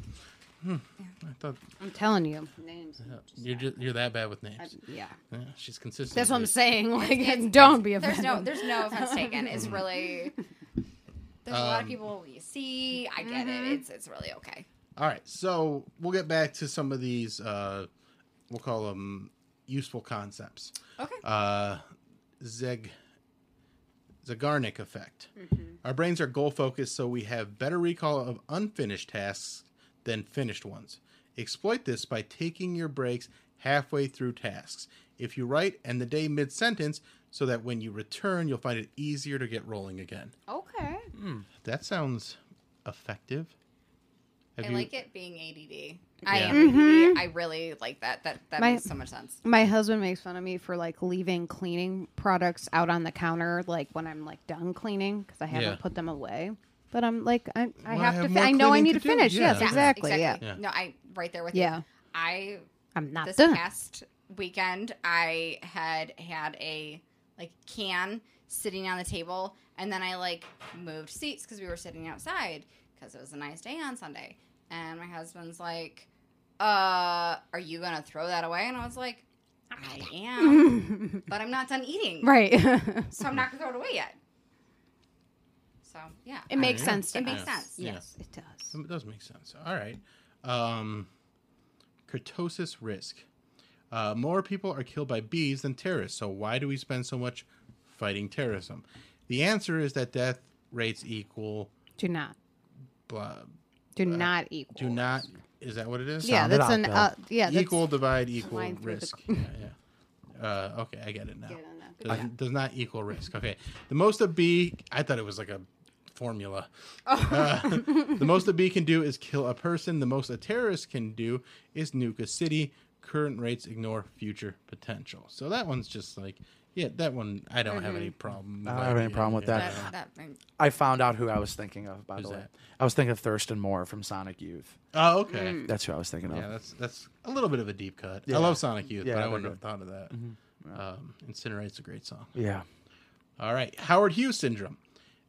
Hmm. I thought am telling you. Names. you're just, you're that bad with names. Yeah. Yeah, she's consistent. That's what I'm with- saying. Like, [LAUGHS] don't be There's offended. [LAUGHS] no. There's no offense taken. It's really. There's a lot of people you see. I get it. It's it's really okay. All right, so we'll get back to some of these. Uh, we'll call them useful concepts. Okay. Uh, Zeg, Zagarnik effect. Mm-hmm. Our brains are goal focused, so we have better recall of unfinished tasks than finished ones. Exploit this by taking your breaks halfway through tasks. If you write and the day mid sentence, so that when you return, you'll find it easier to get rolling again. Oh. Okay. That sounds effective. Have I you- like it being ADD. I Yeah. am ADD. I really like that. That that My- makes so much sense. My husband makes fun of me for like leaving cleaning products out on the counter, like when I'm like done cleaning because I haven't Yeah. put them away. But I'm like, I, I Well, I have, have to. Fi- more I know I cleaning need to to, do. finish. Yeah. Yes, Yeah, exactly. Yeah, Yeah. No, I right there with Yeah. you. I I'm not this done. past weekend I had had a like can sitting on the table and then I like moved seats because we were sitting outside because it was a nice day on Sunday and my husband's like uh are you gonna throw that away and I was like [LAUGHS] I am but I'm not done [LAUGHS] eating Right. so I'm not gonna throw it away yet so yeah it makes sense. To it makes us. sense Yeah. Yes, [LAUGHS] it does. It does make sense. All right. Um, kurtosis risk. Uh, more people are killed by bees than terrorists. So why do we spend so much fighting terrorism? The answer is that death rates equal. Do not. Blah, Do not equal. do not. Is that what it is? Yeah, Sound it that's out, an. Bill. Uh, yeah, that's equal divide equal Line through the- risk. yeah, yeah. Uh, okay, I get it now. it now. Does, does not equal risk. Okay, the most a bee. I thought it was like a formula. Oh. Uh, the most a bee can do is kill a person. The most a terrorist can do is nuke a city. current rates ignore future potential. So that one's just like, yeah, that one I don't have Mm-hmm. any problem. I don't have any problem with that. That, that thing. I found out who I was thinking of, by the way. that? I was thinking of Thurston Moore from Sonic Youth. Oh, okay. Mm. That's who I was thinking of. Yeah, that's that's a little bit of a deep cut. I love Sonic Youth, Yeah, but I they're wouldn't good. Mm-hmm. have thought of that. Um, Incinerate's a great song. yeah. All right, Howard Hughes syndrome.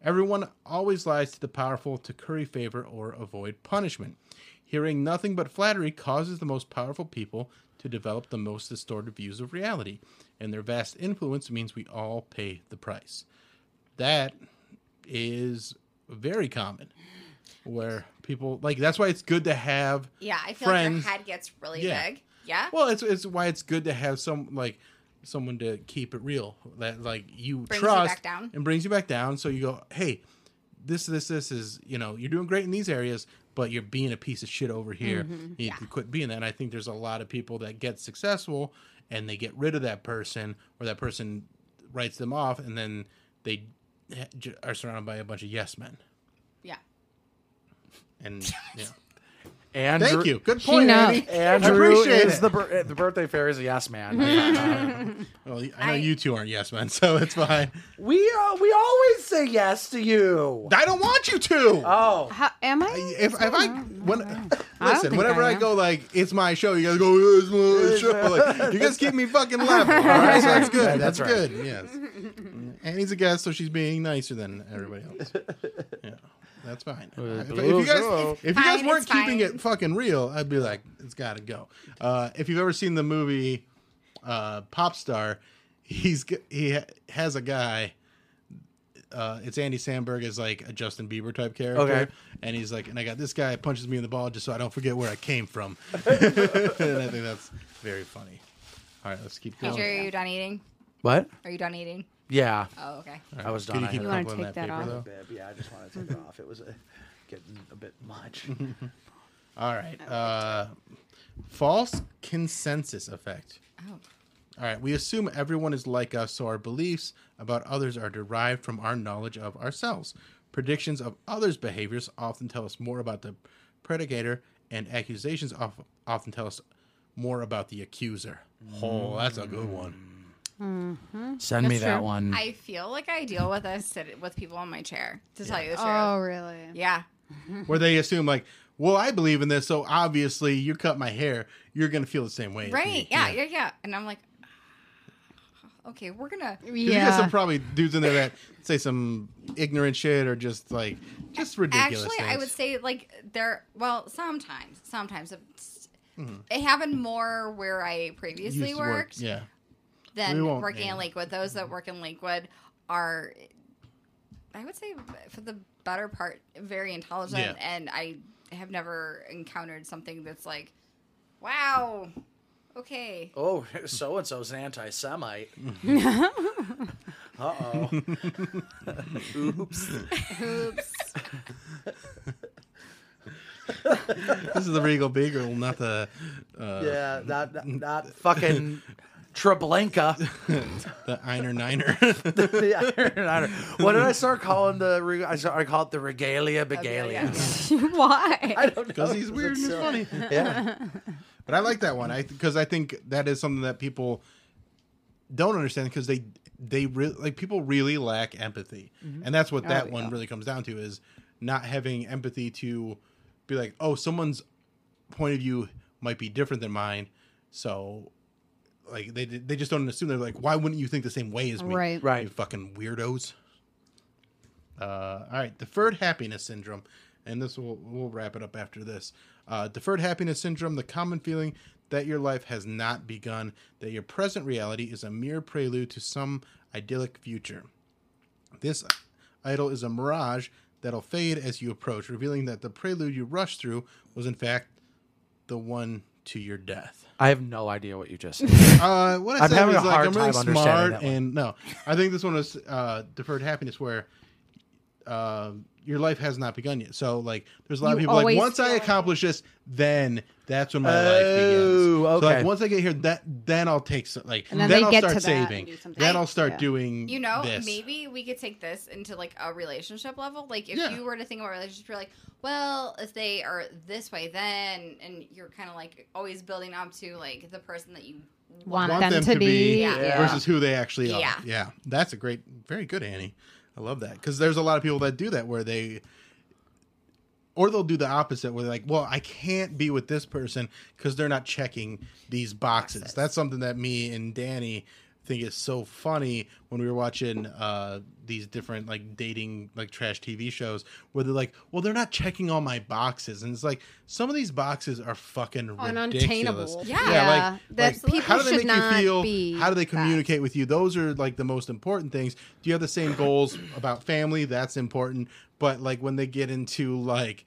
Everyone always lies to the powerful to curry favor or avoid punishment. Hearing nothing but flattery causes the most powerful people to develop the most distorted views of reality, and their vast influence means we all pay the price. That is very common. Where people like that's why it's good to have Yeah, I feel friends. like your head gets really Yeah. big. Yeah. Well, it's it's why it's good to have some like someone to keep it real that like you Brings you trust back down. and brings you back down. So you go, hey, this this this is you know you're doing great in these areas, but you're being a piece of shit over here. Mm-hmm. You need to quit being that. And I think there's a lot of people that get successful and they get rid of that person or that person writes them off, and then they ha- j- are surrounded by a bunch of yes men. yeah. [LAUGHS] And yeah, Andrew, thank you. Good point, knows. Andy. [LAUGHS] Andrew Appreciate is it. the, bir- the birthday fair is a yes Mm-hmm. man. Well, I know I- you two aren't yes men, [LAUGHS] so it's fine. we uh, we always say yes to you. I don't want you to. Oh, How, am I? if, if I [LAUGHS] when I don't listen, think whenever I I, am. go like it's my show, you guys go it's my [LAUGHS] show. Like, you guys keep me fucking level. All right, so that's good. That's, That's right. good. Yes. Annie's a guest, so she's being nicer than everybody [LAUGHS] else. Yeah, that's fine. If, if you guys if you guys Fine, weren't it's fine. keeping it fucking real, I'd be like, it's got to go. Uh, if you've ever seen the movie uh, Pop Star, he's g- he ha- has a guy. Uh, it's Andy Sandberg as like a Justin Bieber type character, Okay. and he's like, and I got this guy punches me in the ball just so I don't forget where I came from. [LAUGHS] and I think that's very funny. All right, let's keep Hey, going. Jerry, are you done eating? what? Are you done eating? Yeah, Oh, okay. I was Could done. you I keep a had it. wanna couple in take that that paper, off? though? Bib, Yeah, I just wanted to take it off. It was uh getting a bit much. [LAUGHS] All right. Uh, false consensus effect. All right. We assume everyone is like us, so our beliefs about others are derived from our knowledge of ourselves. Predictions of others' behaviors often tell us more about the predicator, and accusations of, often tell us more about the accuser. Mm. Oh, that's a good one. Send me that one. I feel like I deal with this sit- with people on my chair. To tell you the truth. Oh, really? Yeah. Where they assume, like, well, I believe in this, so obviously you cut my hair, you're going to feel the same way. as me." Right. Yeah, yeah. Yeah. And I'm like, [SIGHS] okay, we're gonna. Because You got Yeah. some probably dudes in there that say some ignorant shit or just like just ridiculous. Actually, things. I would say like there. Well, sometimes, sometimes it's, it happened more where I Mm-hmm. Used previously to work, worked Yeah, we than won't working name. in Lakewood. Those that work in Lakewood are, I would say, for the better part, very intelligent, Yeah. and I have never encountered something that's like, wow, okay, Oh, [LAUGHS] so and so's an anti Semite. uh oh. Oops. oops. this is the Regal Beagle, not the uh, Yeah, not, not, not fucking Treblinka. [LAUGHS] the Einer Niner. [LAUGHS] Yeah, I don't know. what did I start calling the? reg- I start, I call it the regalia Yeah, begalia. [LAUGHS] Why? don't know. Because he's weird and he's funny. Yeah. But I like that one. I because I think that is something that people don't understand because they they really like people really lack empathy, and that's what that one really comes down to is not having empathy to be like, oh, someone's point of view might be different than mine, so like they they just don't assume they're like, why wouldn't you think the same way as me? Right. Right. You fucking weirdos. Uh, all right, deferred happiness syndrome, and this will we'll wrap it up after this. Uh, deferred happiness syndrome: the common feeling that your life has not begun, that your present reality is a mere prelude to some idyllic future. This idol is a mirage that'll fade as you approach, revealing that the prelude you rushed through was in fact the one to your death. I have no idea what you just [LAUGHS] said. Uh, what I I'm said having was a like hard I'm really time understanding smart that one. and no, I think this one was uh, deferred happiness where uh, your life has not begun yet. So like, there's a lot of You people like always once I feel- accomplish this, then That's when my life begins. Oh, So like okay. once I get here, that then I'll take some, like And then, then they I'll get start to that and saving. do something. Then I- I'll start yeah. doing [LAUGHS] You know, this. maybe we could take this into like a relationship level. Like if Yeah. you were to think about relationships, you're like, well, if they are this way, then and you're kind of like always building up to like the person that you want, want. them, to be, Yeah. versus who they actually are. Yeah. yeah, that's a great, very good, Annie. I love that because there's a lot of people that do that where they, or they'll do the opposite where they're like, well, I can't be with this person because they're not checking these boxes. That's something that me and Danny think is so funny when we were watching uh these different like dating like trash TV shows where they're like, well, they're not checking all my boxes, and it's like some of these boxes are fucking ridiculous. Unobtainable. Yeah. Yeah, that people how do they should make not you feel? be How do they that. communicate with you? Those are like the most important things. Do you have the same goals about family? That's important. But like when they get into like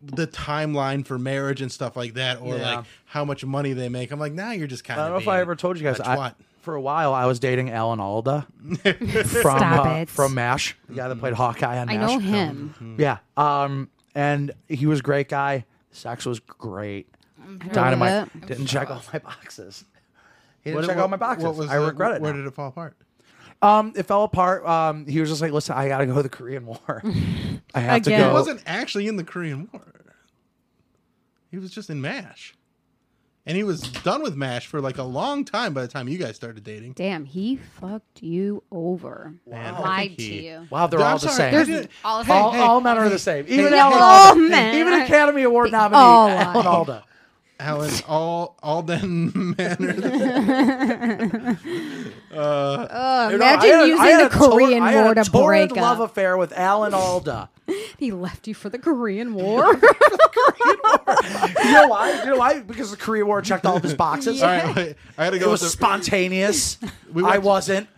the timeline for marriage and stuff like that, or Yeah. like how much money they make, I'm like, now you're just kind I of. don't know if I ever told you guys. I, what? for a while, I was dating Alan [LAUGHS] Alda from Stop uh, it. from Mash, the guy that played Hawkeye on I Mash. know him. Yeah, um, and he was a great guy. Sex was great. I Dynamite love it. didn't check all my boxes. He didn't What- check what- all my boxes. what was I the- regret it. Where now. did it fall apart? Um, it fell apart. Um, he was just like, "Listen, I gotta go to the Korean [LAUGHS] War. I have Again. to go." Oh. He wasn't actually in the Korean War. He was just in MASH. And he was done with MASH for like a long time by the time you guys started dating. Damn, he fucked you over. Man, I Lied think he- to you. wow, they're I'm all the sorry, same. I didn't- All of Hey, all, hey, all men are the same. Even Alan All Alda, men. even Academy Award nominee all Alan are. Alda. Alan, all all [LAUGHS] then manner. Uh, You know, I imagine had a- I using had the a tor- Korean I had War a to torrid break love up. affair with Alan [LAUGHS] Alda. He left you for the [LAUGHS] Korean War. you know why? You know why? Because the Korean War checked all of his [LAUGHS] boxes. All right, wait, I had to It go. was with the- [LAUGHS] spontaneous. We went I to- wasn't.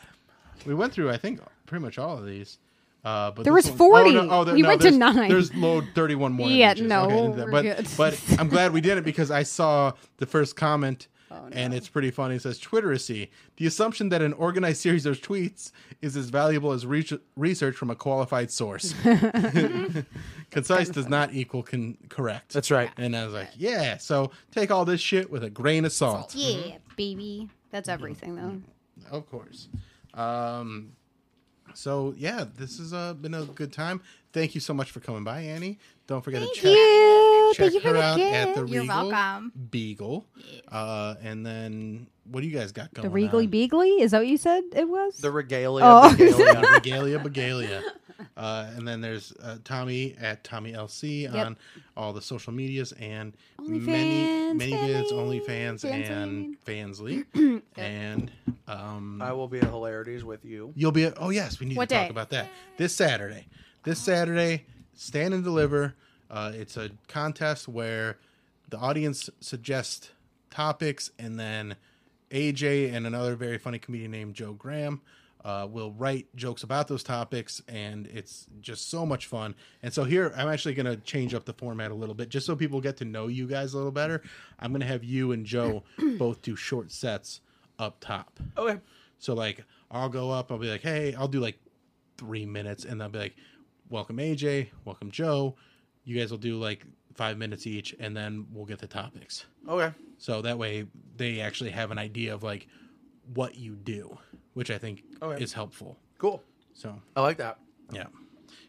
we went through, I think, pretty much all of these. Uh, but There this was one- 40. Oh, no, oh, there- We no, went to there's- nine. There's low 31 more. Yeah, images. no, Okay, that- we're but good. [LAUGHS] but I'm glad we did it because I saw the first comment. Oh, And it's pretty funny. It says Twitteracy. The assumption that an organized series of tweets is as valuable as re- research from a qualified [LAUGHS] source. [LAUGHS] Concise does not equal con- correct. That's right. And I was like, yeah. So take all this shit with a grain of salt. yeah, baby. That's everything, though. Of course. Um, so yeah, this has uh, been a good time. Thank you so much for coming by, Annie. Don't forget to check, you. check Thank you for her the out at gift. the You're Regal welcome. Beagle. Uh, and then what do you guys got going? The Regally on? Beagly? Is that what you said it was? The regalia. Oh. [LAUGHS] Regalia regalia. Begalia. Uh, and then there's uh, Tommy at Tommy LC on all the social medias and many OnlyFans, many vids, Fanny, OnlyFans, and Fansly. and um, I will be at hilarities with you. You'll be. Oh yes, we need What to day? talk about that this Saturday. This Saturday, stand and deliver. Uh, it's a contest where the audience suggests topics, and then AJ and another very funny comedian named Joe Graham uh, will write jokes about those topics, and it's just so much fun. And so here, I'm actually going to change up the format a little bit, just so people get to know you guys a little better. I'm going to have you and Joe both do short sets up top. Okay. So like I'll go up, I'll be like, hey, I'll do like three minutes, and I'll be like, welcome AJ, welcome Joe. You guys will do like five minutes each, and then we'll get the topics. Okay. So that way they actually have an idea of like what you do, which I think Okay. is helpful. Cool. So I like that. yeah.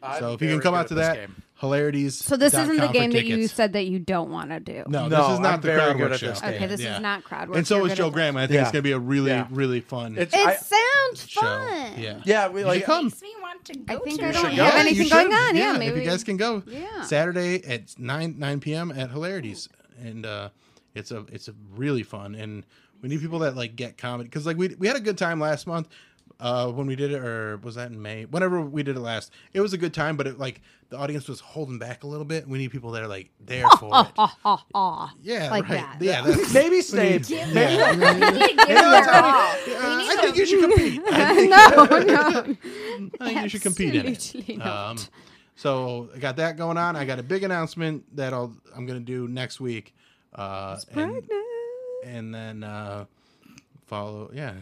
I'm so if you can very come good out at to this that game. hilarities. so this isn't the game that you said that you don't want to do. No, No, this is not I'm the very crowd good work at show. this Okay, game. this Yeah. is not crowd work. And so You're is good Joe at Graham. and I think it's Yeah. going to be a really, Yeah. really fun It's, that. I- It sounds show. fun. Yeah. yeah, we You like should come. makes me want to I go. think to I it. don't have go. Yeah, anything you going should. on. Yeah, maybe if you guys can go. Yeah. Saturday at nine nine p.m. at Hilarities, and uh, it's a it's a really fun, and we need people that like get comedy because like we we had a good time last month. Uh, when we did it, or was that in May? Whenever we did it last, it was a good time, but it like the audience was holding back a little bit. We need people that are like there [LAUGHS] for it. Yeah, Like right. that. [LAUGHS] Yeah, that's, maybe stay. yeah. uh, I think you should [LAUGHS] compete. I think, [LAUGHS] I think you should compete in Absolutely it. not. Um, so I got that going on. I got a big announcement that I'll I'm gonna do next week. Uh, and, and then uh, follow. Yeah,